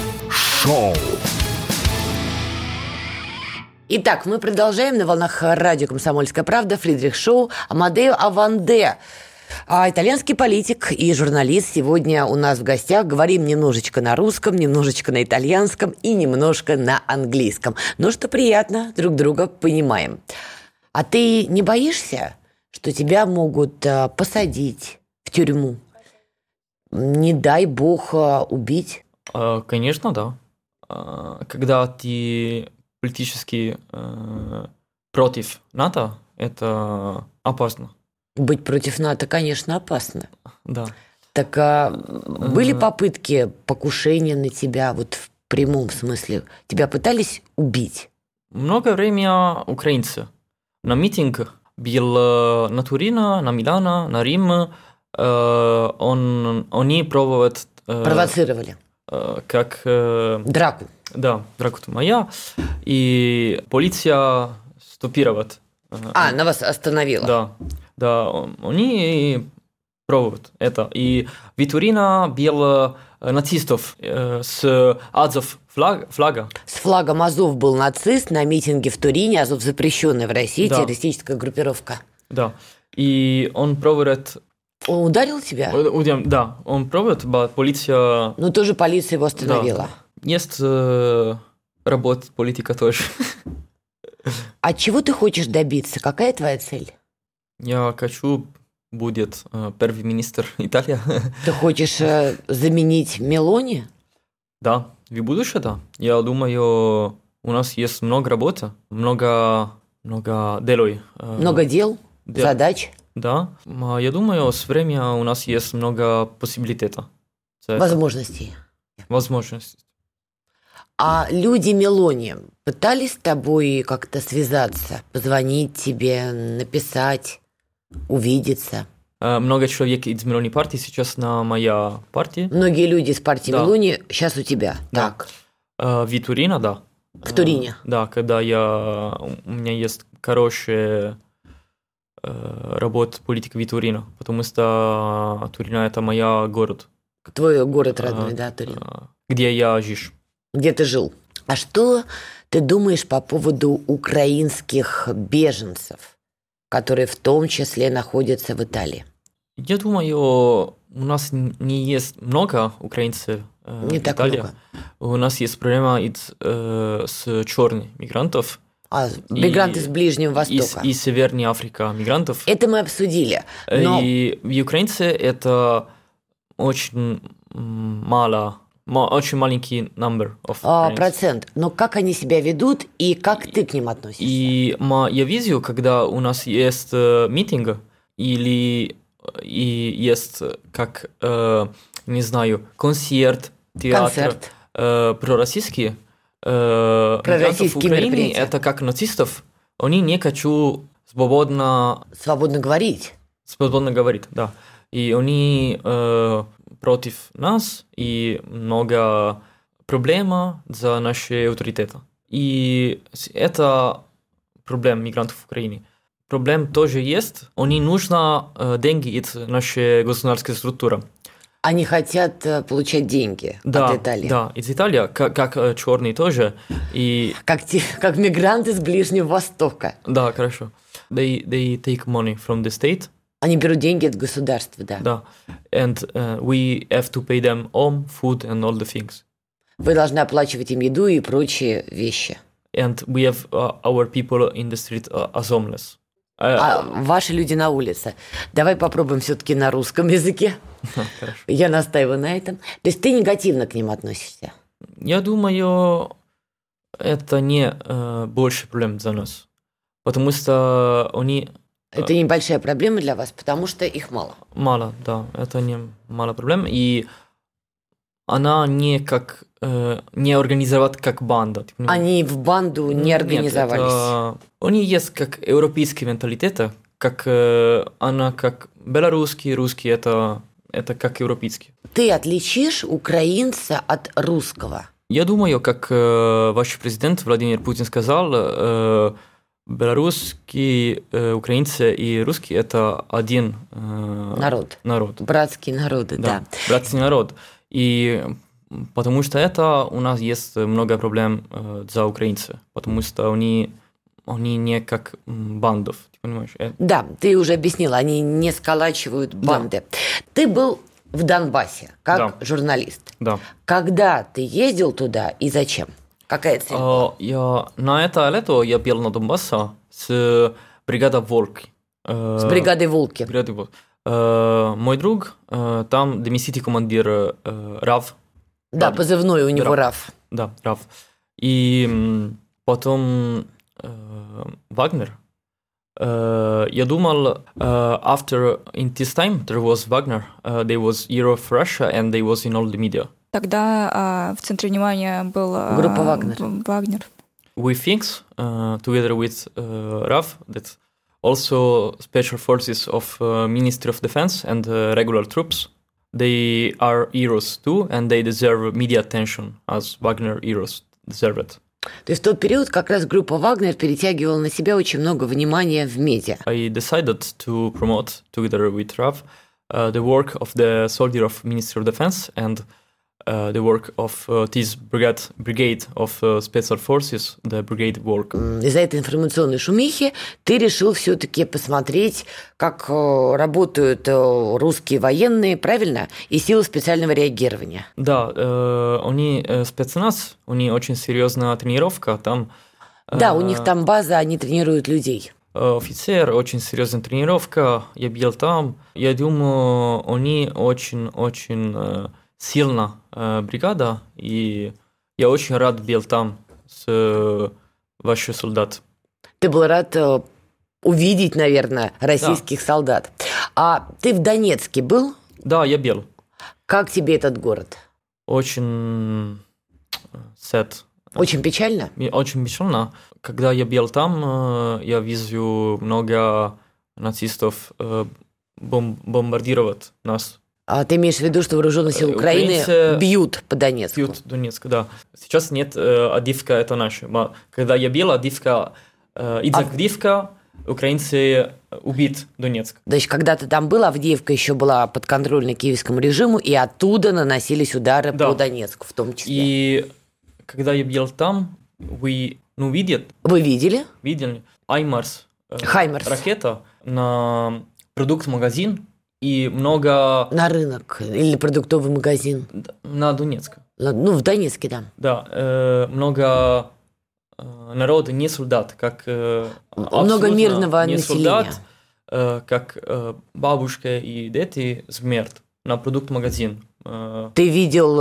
[SPEAKER 1] Шоу.
[SPEAKER 2] Итак, мы продолжаем на волнах радио «Комсомольская правда» Фридрих Шоу Амадео Аванде. А, Итальянский политик и журналист сегодня у нас в гостях. Говорим немножечко на русском, немножечко на итальянском и немножко на английском. Но что приятно, друг друга понимаем. А ты не боишься, что тебя могут а, посадить в тюрьму? Не дай бог а, убить?
[SPEAKER 3] Э, Конечно, да. Э, Когда ты политически э, против НАТО, это опасно.
[SPEAKER 2] Быть против НАТО, конечно, опасно.
[SPEAKER 3] Да.
[SPEAKER 2] Так а, были попытки покушения на тебя, вот в прямом смысле? Тебя пытались убить?
[SPEAKER 3] Много времени украинцы. На митинг был э, на Турина, на Милана, на Рим. Э, Он, они пробуют... э,
[SPEAKER 2] Провоцировали?
[SPEAKER 3] э, Как... э,
[SPEAKER 2] Драку?
[SPEAKER 3] Да, драку моя. И полиция э, стопировать.
[SPEAKER 2] А, она вас остановила?
[SPEAKER 3] Да, да, он- они пробуют это. И Витурина бил нацистов э, с азов флаг, флага.
[SPEAKER 2] С флагом Азов был нацист на митинге в Турине. Азов запрещенная в России
[SPEAKER 3] Да.
[SPEAKER 2] террористическая группировка.
[SPEAKER 3] Да. И он пробует...
[SPEAKER 2] Он ударил тебя?
[SPEAKER 3] э, удем- Да, он пробует, ба- полиция...
[SPEAKER 2] Ну, тоже полиция его
[SPEAKER 3] да.
[SPEAKER 2] остановила.
[SPEAKER 3] Есть э, работа политика тоже.
[SPEAKER 2] А чего ты хочешь добиться? Какая твоя цель?
[SPEAKER 3] Я хочу будет э, первый министр Италии.
[SPEAKER 2] Ты хочешь э, заменить Мелони?
[SPEAKER 3] Да, в будущее, да. Я думаю, у нас есть много работы, много, много делой. э,
[SPEAKER 2] Много дел,
[SPEAKER 3] да.
[SPEAKER 2] задач.
[SPEAKER 3] Да. М, Я думаю, с временем у нас есть много possibility. Это
[SPEAKER 2] возможностей.
[SPEAKER 3] возможность.
[SPEAKER 2] А люди Мелони пытались с тобой как-то связаться, позвонить тебе, написать, увидеться?
[SPEAKER 3] Э, Много человек из Мелони партии сейчас на моя партии.
[SPEAKER 2] Многие люди из партии
[SPEAKER 3] Да.
[SPEAKER 2] Мелони сейчас у тебя.
[SPEAKER 3] Да.
[SPEAKER 2] Так.
[SPEAKER 3] Э, Витурина, да.
[SPEAKER 2] В Турине.
[SPEAKER 3] Э, Да, когда я... У меня есть хорошая э, работа политика Витурина, потому что Турина – это моя город,
[SPEAKER 2] Твой город родной,
[SPEAKER 3] А,
[SPEAKER 2] да, Турин.
[SPEAKER 3] э, где я жиш.
[SPEAKER 2] где ты жил. А что ты думаешь по поводу украинских беженцев, которые в том числе находятся в Италии?
[SPEAKER 3] Я думаю, у нас н- не есть много украинцев э,
[SPEAKER 2] Не
[SPEAKER 3] в
[SPEAKER 2] так
[SPEAKER 3] Италии.
[SPEAKER 2] много.
[SPEAKER 3] У нас есть проблема и с, э, с черных мигрантов
[SPEAKER 2] А, мигранты с Ближнего
[SPEAKER 3] из,
[SPEAKER 2] Востока.
[SPEAKER 3] из Северной Африки мигрантов. Э,
[SPEAKER 2] Это мы обсудили. Но
[SPEAKER 3] И, и украинцы это очень м, мало, ма- очень маленький number of
[SPEAKER 2] а,
[SPEAKER 3] украинцев.
[SPEAKER 2] процент. Но как они себя ведут и как ты к ним относишься?
[SPEAKER 3] И ма- я вижу, когда у нас есть э, митинг или э, и есть э, как, э, не знаю, концерт, театр,
[SPEAKER 2] Концерт.
[SPEAKER 3] э, пророссийские, э,
[SPEAKER 2] Пророссийские
[SPEAKER 3] мигрантов Украины,
[SPEAKER 2] мероприятия.
[SPEAKER 3] это как нацистов, они не хочу свободно,
[SPEAKER 2] Свободно говорить.
[SPEAKER 3] свободно говорить, да. И они э, против нас, и много проблема за наши авторитета. И с- это проблем мигрантов в Украине. Проблем тоже есть, они нужно э, деньги из нашей государственной структуры.
[SPEAKER 2] Они хотят э, получать деньги
[SPEAKER 3] Да,
[SPEAKER 2] от Италии.
[SPEAKER 3] да, из Италии, как, как черный тоже. И
[SPEAKER 2] Как, те- как мигранты с Ближнего Востока.
[SPEAKER 3] Да, хорошо. They they take money from the state.
[SPEAKER 2] Они берут деньги от государства, да.
[SPEAKER 3] Да. And uh, we have to pay them home, food and all the things.
[SPEAKER 2] Вы должны оплачивать им еду и прочие вещи.
[SPEAKER 3] And we have uh, our people in the street uh, as homeless. Uh,
[SPEAKER 2] А ваши люди на улице. Давай попробуем все-таки на русском языке. Я настаиваю на этом. То есть ты негативно к ним относишься?
[SPEAKER 3] Я думаю, это не э, больше проблем за нас, потому что они
[SPEAKER 2] Это небольшая проблема для вас, потому что их мало.
[SPEAKER 3] мало, да, это не мало проблем и она не как э, не организовать как банда. ты понимаешь?
[SPEAKER 2] Они в банду Ну, не
[SPEAKER 3] Ну. Нет,
[SPEAKER 2] организовались.
[SPEAKER 3] это- э, Они есть как европейский менталитет, как э, она как белорусский, русский, это, это как европейский.
[SPEAKER 2] Ты отличишь украинца от русского.
[SPEAKER 3] Я думаю, как э, ваш президент Владимир Путин сказал, э, белорусские, э, украинцы и русские это один э,
[SPEAKER 2] Народ.
[SPEAKER 3] народ.
[SPEAKER 2] Братские народы, да.
[SPEAKER 3] Да, братский народ. И м, потому что это у нас есть много проблем э, за украинцы, потому что они, они не как м, бандов, ты понимаешь? Э,
[SPEAKER 2] Да, ты уже объяснила, они не сколачивают банды. Ты был в Донбассе как
[SPEAKER 3] Да.
[SPEAKER 2] журналист.
[SPEAKER 3] да.
[SPEAKER 2] Когда ты ездил туда и зачем? Какая цель?
[SPEAKER 3] А, я, на это лето я пел на Донбассе с бригадой «Волк». Э,
[SPEAKER 2] С бригадой Волки.
[SPEAKER 3] бригадой «Волк». Э, мой друг, э, там доместитый командир э, РАВ,
[SPEAKER 2] Да,
[SPEAKER 3] Да.
[SPEAKER 2] позывной у него Раф.
[SPEAKER 3] Да, Раф. И м, потом э, Вагнер. Э, я думал, э, after in this time there was Wagner, э, there was Euro of Russia, and they was in all the media.
[SPEAKER 4] Тогда а, в центре внимания был а,
[SPEAKER 2] Группа «Вагнер».
[SPEAKER 4] Б- Вагнер.
[SPEAKER 3] We think, uh, together with uh, Raf, that also special forces of uh, Ministry of Defense and uh, regular troops, they are heroes too, and they deserve media attention as Wagner heroes deserve it.
[SPEAKER 2] То есть в тот период как раз группа Вагнер перетягивала на себя очень много внимания в медиа.
[SPEAKER 3] I decided to promote, together with Rav, uh, the work of the soldier of Ministry of Defense and uh, the work of uh, this brigade, brigade of uh, Special Forces, the brigade work.
[SPEAKER 2] М, Из-за этой информационной шумихи ты решил все-таки посмотреть, как э, работают э, русские военные, правильно, и силы специального реагирования.
[SPEAKER 3] Да, э, они э, спецназ, у них очень серьезная тренировка, там
[SPEAKER 2] Да,
[SPEAKER 3] э,
[SPEAKER 2] у них там база, они тренируют людей.
[SPEAKER 3] э, офицер, очень серьезная тренировка, я бил там. Я думаю, они очень-очень э, сильна э, бригада, и я очень рад бил там с э, ваших солдат.
[SPEAKER 2] Ты был рад э, увидеть, наверное, российских солдат. А ты в Донецке был?
[SPEAKER 3] Да, я бил.
[SPEAKER 2] Как тебе этот город?
[SPEAKER 3] Очень э, sad.
[SPEAKER 2] Очень печально?
[SPEAKER 3] Мне очень печально. Когда я бил там, э, я вижу много нацистов э, бом- бомбардировать нас.
[SPEAKER 2] А А ты имеешь в виду, что вооруженные силы
[SPEAKER 3] Э,
[SPEAKER 2] Украины
[SPEAKER 3] украинцы
[SPEAKER 2] бьют по Донецку?
[SPEAKER 3] Пьют Донецк, да. Сейчас нет э, Адивка, это наше. Ма- Когда я бил Адивка, э, из
[SPEAKER 2] А-
[SPEAKER 3] Авдиевка, украинцы э, убит Донецк.
[SPEAKER 2] Значит, когда-то там была, Авдеевка еще была подконтрольна киевскому режиму, и оттуда наносились удары
[SPEAKER 3] Да.
[SPEAKER 2] по Донецку в том числе.
[SPEAKER 3] И когда я бил там, вы, ну, видят,
[SPEAKER 2] Вы видели?
[SPEAKER 3] видели, Аймарс, э,
[SPEAKER 2] Хаймерс.
[SPEAKER 3] ракета на продукт-магазин и много
[SPEAKER 2] На рынок или продуктовый магазин?
[SPEAKER 3] на Донецк.
[SPEAKER 2] На- Ну, в Донецке, да.
[SPEAKER 3] Да, э, много э, народа, не солдат, как... э,
[SPEAKER 2] Много
[SPEAKER 3] абсолютно
[SPEAKER 2] мирного
[SPEAKER 3] не
[SPEAKER 2] населения.
[SPEAKER 3] солдат, э, как э, бабушка и дети смерть на продукт-магазин. Э,
[SPEAKER 2] Ты видел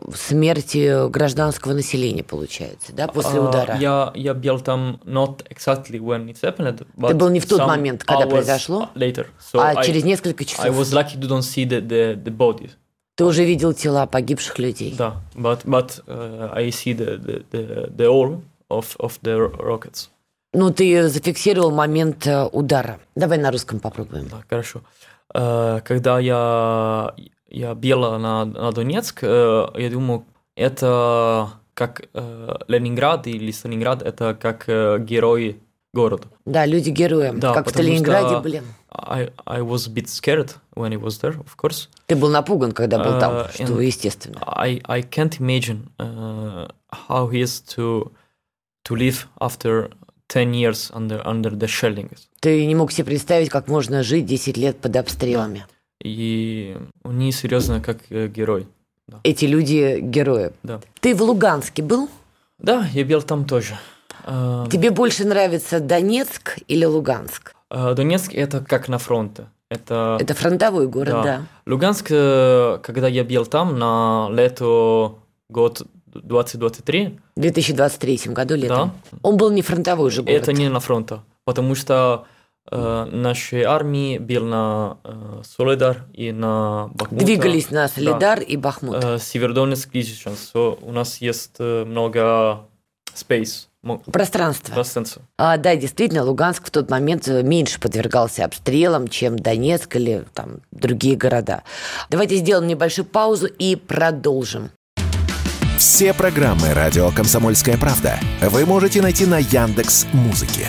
[SPEAKER 2] э, смерти гражданского населения, получается, да, после
[SPEAKER 3] а,
[SPEAKER 2] удара?
[SPEAKER 3] Я, я бил там not exactly when it happened, but
[SPEAKER 2] Ты был не в тот
[SPEAKER 3] some
[SPEAKER 2] момент, когда
[SPEAKER 3] hours
[SPEAKER 2] произошло?
[SPEAKER 3] Later. So
[SPEAKER 2] А
[SPEAKER 3] I-
[SPEAKER 2] через несколько часов
[SPEAKER 3] I was lucky to don't see the, the, the body.
[SPEAKER 2] ты уже видел тела погибших людей.
[SPEAKER 3] Да, but, but uh, I see the, the, the, the all of, of the rockets.
[SPEAKER 2] Ну, ты зафиксировал момент э, удара. Давай на русском попробуем.
[SPEAKER 3] Да, хорошо. Э, Когда я, я била на, на Донецк, э, я думаю, это как э, Ленинград или Сталинград, это как э, герой города.
[SPEAKER 2] Да, люди герои,
[SPEAKER 3] Да,
[SPEAKER 2] как в
[SPEAKER 3] потому
[SPEAKER 2] Сталинграде,
[SPEAKER 3] что-
[SPEAKER 2] блин.
[SPEAKER 3] I, I was a bit scared when I was there, of course.
[SPEAKER 2] Ты был напуган, когда был там,
[SPEAKER 3] Э,
[SPEAKER 2] что
[SPEAKER 3] and-
[SPEAKER 2] естественно.
[SPEAKER 3] I, I can't imagine uh, how he is to, to live after 10 years under, under the shelling.
[SPEAKER 2] Ты не мог себе представить, как можно жить 10 лет под обстрелами.
[SPEAKER 3] И они серьезно как э, герой.
[SPEAKER 2] Эти люди герои.
[SPEAKER 3] Да.
[SPEAKER 2] Ты в Луганске был?
[SPEAKER 3] Да, я бил там тоже. Э,
[SPEAKER 2] Тебе больше нравится Донецк или Луганск?
[SPEAKER 3] Э, Донецк это как на фронте. Это,
[SPEAKER 2] Это фронтовой город,
[SPEAKER 3] да.
[SPEAKER 2] да.
[SPEAKER 3] Луганск, э, когда я бил там на лето год 2023,
[SPEAKER 2] 2023 году летом.
[SPEAKER 3] да,
[SPEAKER 2] Он был не фронтовой же город.
[SPEAKER 3] это не на фронте, потому что э, наши армии бил на э, Солидар и на Бахмут.
[SPEAKER 2] Двигались на Солидар и Бахмут.
[SPEAKER 3] Э, Севердонецк, Лисичанск. So, у нас есть э, много space, мо-
[SPEAKER 2] Пространство.
[SPEAKER 3] пространства.
[SPEAKER 2] А, да, действительно, Луганск в тот момент э, меньше подвергался обстрелам, чем Донецк или там другие города. Давайте сделаем небольшую паузу и продолжим.
[SPEAKER 1] Все программы «Радио Комсомольская правда» вы можете найти на Яндекс Музыке.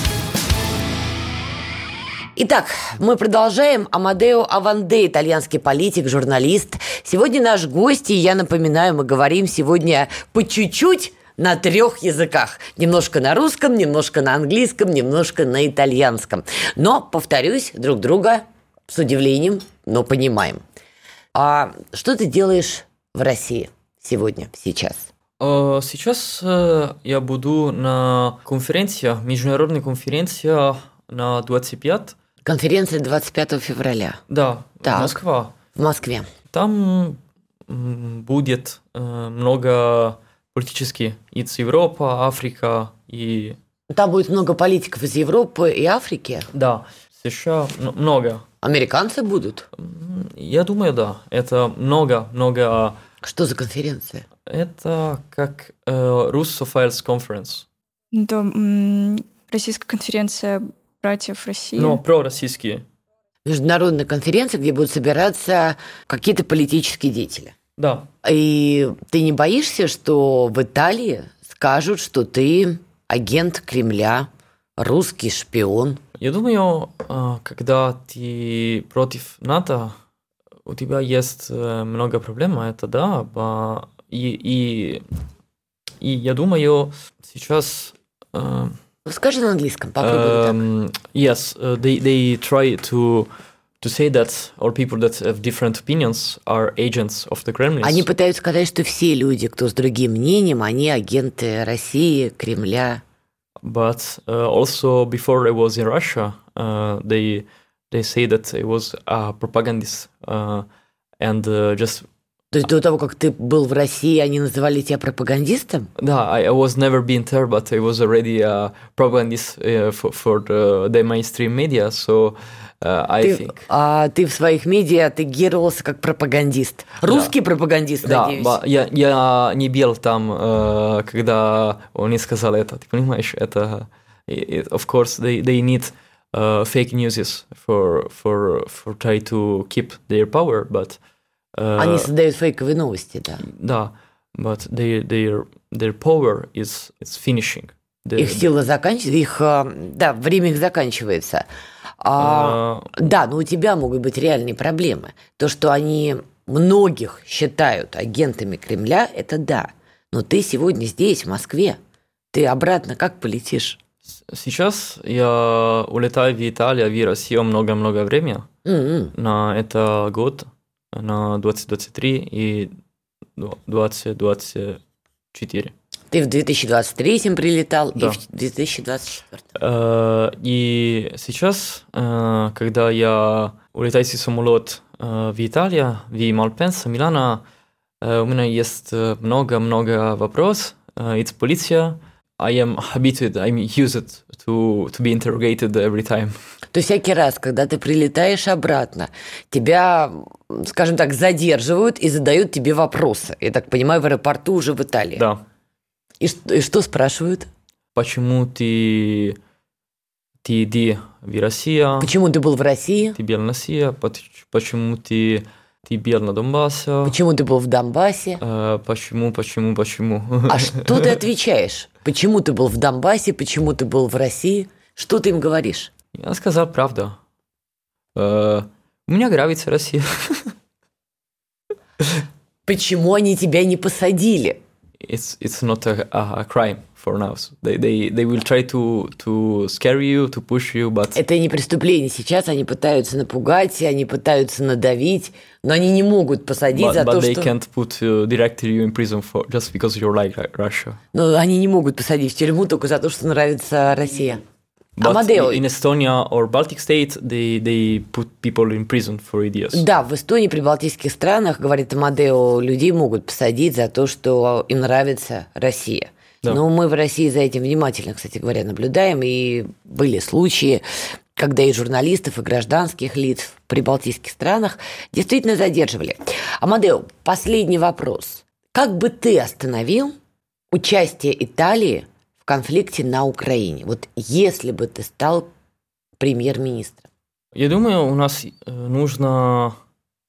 [SPEAKER 2] Итак, мы продолжаем. Амадео Аванде, итальянский политик, журналист. Сегодня наш гость, и я напоминаю, мы говорим сегодня по чуть-чуть на трех языках. Немножко на русском, немножко на английском, немножко на итальянском. Но, повторюсь, друг друга с удивлением, но понимаем. А что ты делаешь в России сегодня, сейчас?
[SPEAKER 3] Э, Сейчас э, я буду на конференции, международной конференции на 25,
[SPEAKER 2] Конференция 25 февраля
[SPEAKER 3] да,
[SPEAKER 2] Так.
[SPEAKER 3] Москва.
[SPEAKER 2] в Москве.
[SPEAKER 3] Там м, будет э, много политических из Европы, Африка и,
[SPEAKER 2] Там будет много политиков из Европы и Африки.
[SPEAKER 3] да, США, м- много.
[SPEAKER 2] Американцы будут.
[SPEAKER 3] М, Я думаю, да, это много, много.
[SPEAKER 2] Что за конференция?
[SPEAKER 3] Это как э, Russophiles Conference,
[SPEAKER 4] Это Ну, м, российская конференция братьев России.
[SPEAKER 2] Ну,
[SPEAKER 3] но Ну, пророссийские.
[SPEAKER 2] Международная конференция, где будут собираться какие-то политические деятели.
[SPEAKER 3] Да,
[SPEAKER 2] И ты не боишься, что в Италии скажут, что ты агент Кремля, русский шпион?
[SPEAKER 3] Я думаю, а, когда ты против НАТО, у тебя есть э, много проблем, а это да. ба- И, и, и я думаю, сейчас... э,
[SPEAKER 2] Скажи на английском, попробуй. так.
[SPEAKER 3] um, Yes, uh, they, they try to, to say that all people that have different opinions are agents of the Kremlin.
[SPEAKER 2] Они пытаются сказать, что все люди, кто с другим мнением, они агенты России, Кремля.
[SPEAKER 3] But uh, also before I was in Russia, uh, they they say that I was a propagandist uh, and uh, э, just
[SPEAKER 2] То есть до того, как ты был в России, они называли тебя пропагандистом?
[SPEAKER 3] Да, I, I was never been there, but I was already a propagandist uh, for, for the, the mainstream media, so uh, I
[SPEAKER 2] Ты,
[SPEAKER 3] think.
[SPEAKER 2] а, ты в своих медиа ты гировался как пропагандист. Русский пропагандист,
[SPEAKER 3] Да,
[SPEAKER 2] надеюсь.
[SPEAKER 3] ба- я, я не бел там, э, когда он не сказал это, ты понимаешь, это... it- of course, they, they need uh, fake newses for, for, for try to keep their power, but... uh,
[SPEAKER 2] Они создают фейковые новости, да.
[SPEAKER 3] Да, but their, their, their power is, is finishing. The-
[SPEAKER 2] Их сила заканчивается, их, а, да, время их заканчивается. А,
[SPEAKER 3] uh,
[SPEAKER 2] Да, но у тебя могут быть реальные проблемы. То, что они многих считают агентами Кремля, это да. Но ты сегодня здесь, в Москве. Ты обратно как полетишь?
[SPEAKER 3] с- Сейчас я улетаю в Италию, в Россию много-много времени.
[SPEAKER 2] М-м.
[SPEAKER 3] На это год, на 2023 и дв- 2024.
[SPEAKER 2] Ты в 2023 прилетал
[SPEAKER 3] Да.
[SPEAKER 2] и в 2024.
[SPEAKER 3] Э, И сейчас, э, когда я улетаю с самолет э, в Италию, в Малпенса, Милана, э, у меня есть э, много-много вопросов. Э, It's полиция. I am habituated, I'm used to, to be interrogated every time.
[SPEAKER 2] То всякий раз, когда ты прилетаешь обратно, тебя, скажем так, задерживают и задают тебе вопросы. Я так понимаю, в аэропорту уже в Италии.
[SPEAKER 3] Да.
[SPEAKER 2] И, что- и что спрашивают?
[SPEAKER 3] Почему ты, ты иди в Россию?
[SPEAKER 2] Почему ты был в России?
[SPEAKER 3] Ты бел на Сия? Поч- Почему ты, ты бел на Донбассе?
[SPEAKER 2] Почему ты был в Донбассе?
[SPEAKER 3] Э, Почему, почему, почему?
[SPEAKER 2] А что ты отвечаешь? Почему ты был в Донбассе? Почему ты был в России? Что ты им говоришь?
[SPEAKER 3] Я сказал правду. Э, у меня нравится Россия.
[SPEAKER 2] Почему они тебя не посадили?
[SPEAKER 3] It's, it's not a, a, a crime for now. So They, they, they will try to, to scare you, to push you, but
[SPEAKER 2] Это не преступление. Сейчас они пытаются напугать, и они пытаются надавить, но они не могут посадить
[SPEAKER 3] but,
[SPEAKER 2] за
[SPEAKER 3] but
[SPEAKER 2] то,
[SPEAKER 3] they
[SPEAKER 2] что...
[SPEAKER 3] can't put uh, directly you in prison for just because you're like Ru- Russia.
[SPEAKER 2] Ну, они не могут посадить в тюрьму только за то, что нравится Россия. А
[SPEAKER 3] But
[SPEAKER 2] Амадео,
[SPEAKER 3] in Estonia or Baltic states, they, they put people in prison for ideas.
[SPEAKER 2] да, в Эстонии, при балтийских странах, говорит Амадео, людей могут посадить за то, что им нравится Россия.
[SPEAKER 3] Да.
[SPEAKER 2] Но мы в России за этим внимательно, кстати говоря, наблюдаем, и были случаи, когда и журналистов, и гражданских лиц в прибалтийских странах действительно задерживали. Амадео, последний вопрос. Как бы ты остановил участие Италии в конфликте на Украине? Вот если бы ты стал премьер-министром.
[SPEAKER 3] Я думаю, у нас э, нужно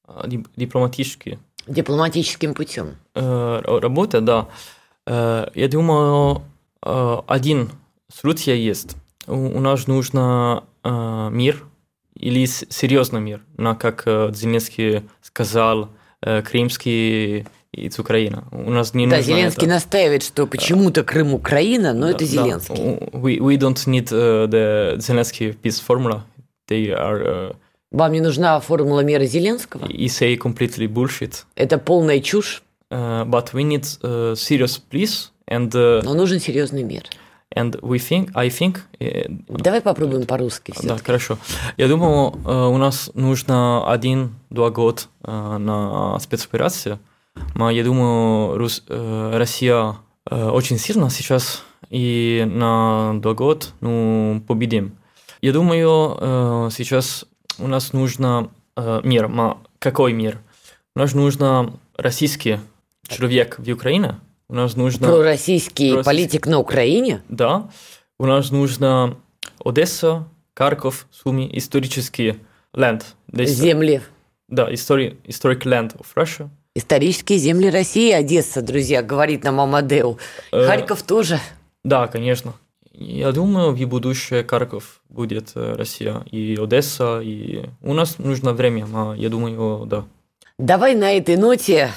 [SPEAKER 3] э, дип- дипломатически
[SPEAKER 2] Дипломатическим путем.
[SPEAKER 3] э, ра- работа, да. Э, Я думаю, э, один случай есть. У у нас нужно э, мир или с- серьезный мир, на как э, Зеленский сказал, э, Крымский из Украины. У нас не
[SPEAKER 2] да,
[SPEAKER 3] нужно
[SPEAKER 2] Зеленский
[SPEAKER 3] это.
[SPEAKER 2] настаивает, что почему-то Крым Украина, но
[SPEAKER 3] Да,
[SPEAKER 2] это
[SPEAKER 3] да.
[SPEAKER 2] Зеленский.
[SPEAKER 3] We, we don't need э, the Zelensky peace formula. They are
[SPEAKER 2] Вам не нужна формула мира Зеленского?
[SPEAKER 3] uh, he say completely bullshit.
[SPEAKER 2] Это полная чушь,
[SPEAKER 3] Uh, but we need uh, serious peace and uh,
[SPEAKER 2] но нужен серьезный мир.
[SPEAKER 3] and we think I think э,
[SPEAKER 2] Давай попробуем по-русски все.
[SPEAKER 3] Да, хорошо. Я думаю, э, у нас нужно один-два год э, на спецоперацию. Но я думаю, Рус- э, Россия э, очень сильно сейчас, и на два года ну, победим. Я думаю, э, сейчас у нас нужно э, мир. Ма- Какой мир? У нас нужно российский человек в Украине. У нас нужно...
[SPEAKER 2] Пророссийский
[SPEAKER 3] Пророссийский.
[SPEAKER 2] политик на Украине?
[SPEAKER 3] Да, у нас нужно Одесса, Карков, Суми, исторический land. The histo-
[SPEAKER 2] Земли,
[SPEAKER 3] Да, истори- historic land of Russia.
[SPEAKER 2] исторические земли России, Одесса, друзья, говорит нам Амадеу.
[SPEAKER 3] Э,
[SPEAKER 2] Харьков тоже.
[SPEAKER 3] Да, конечно. Я думаю, в будущее Карков будет э, Россия и Одесса, и у нас нужно время, но я думаю, да.
[SPEAKER 2] Давай на этой ноте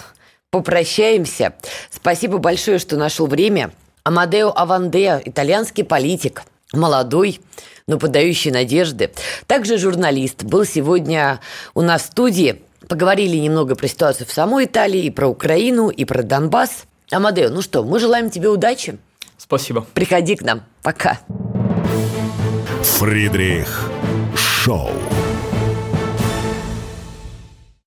[SPEAKER 2] попрощаемся. Спасибо большое, что нашел время. Амадео Авандео, итальянский политик, молодой, но подающий надежды. Также журналист был сегодня у нас в студии. Поговорили немного про ситуацию в самой Италии, и про Украину, и про Донбасс. Амадео, ну что, мы желаем тебе удачи.
[SPEAKER 3] Спасибо.
[SPEAKER 2] Приходи к нам. Пока.
[SPEAKER 1] Фридрих Шоу.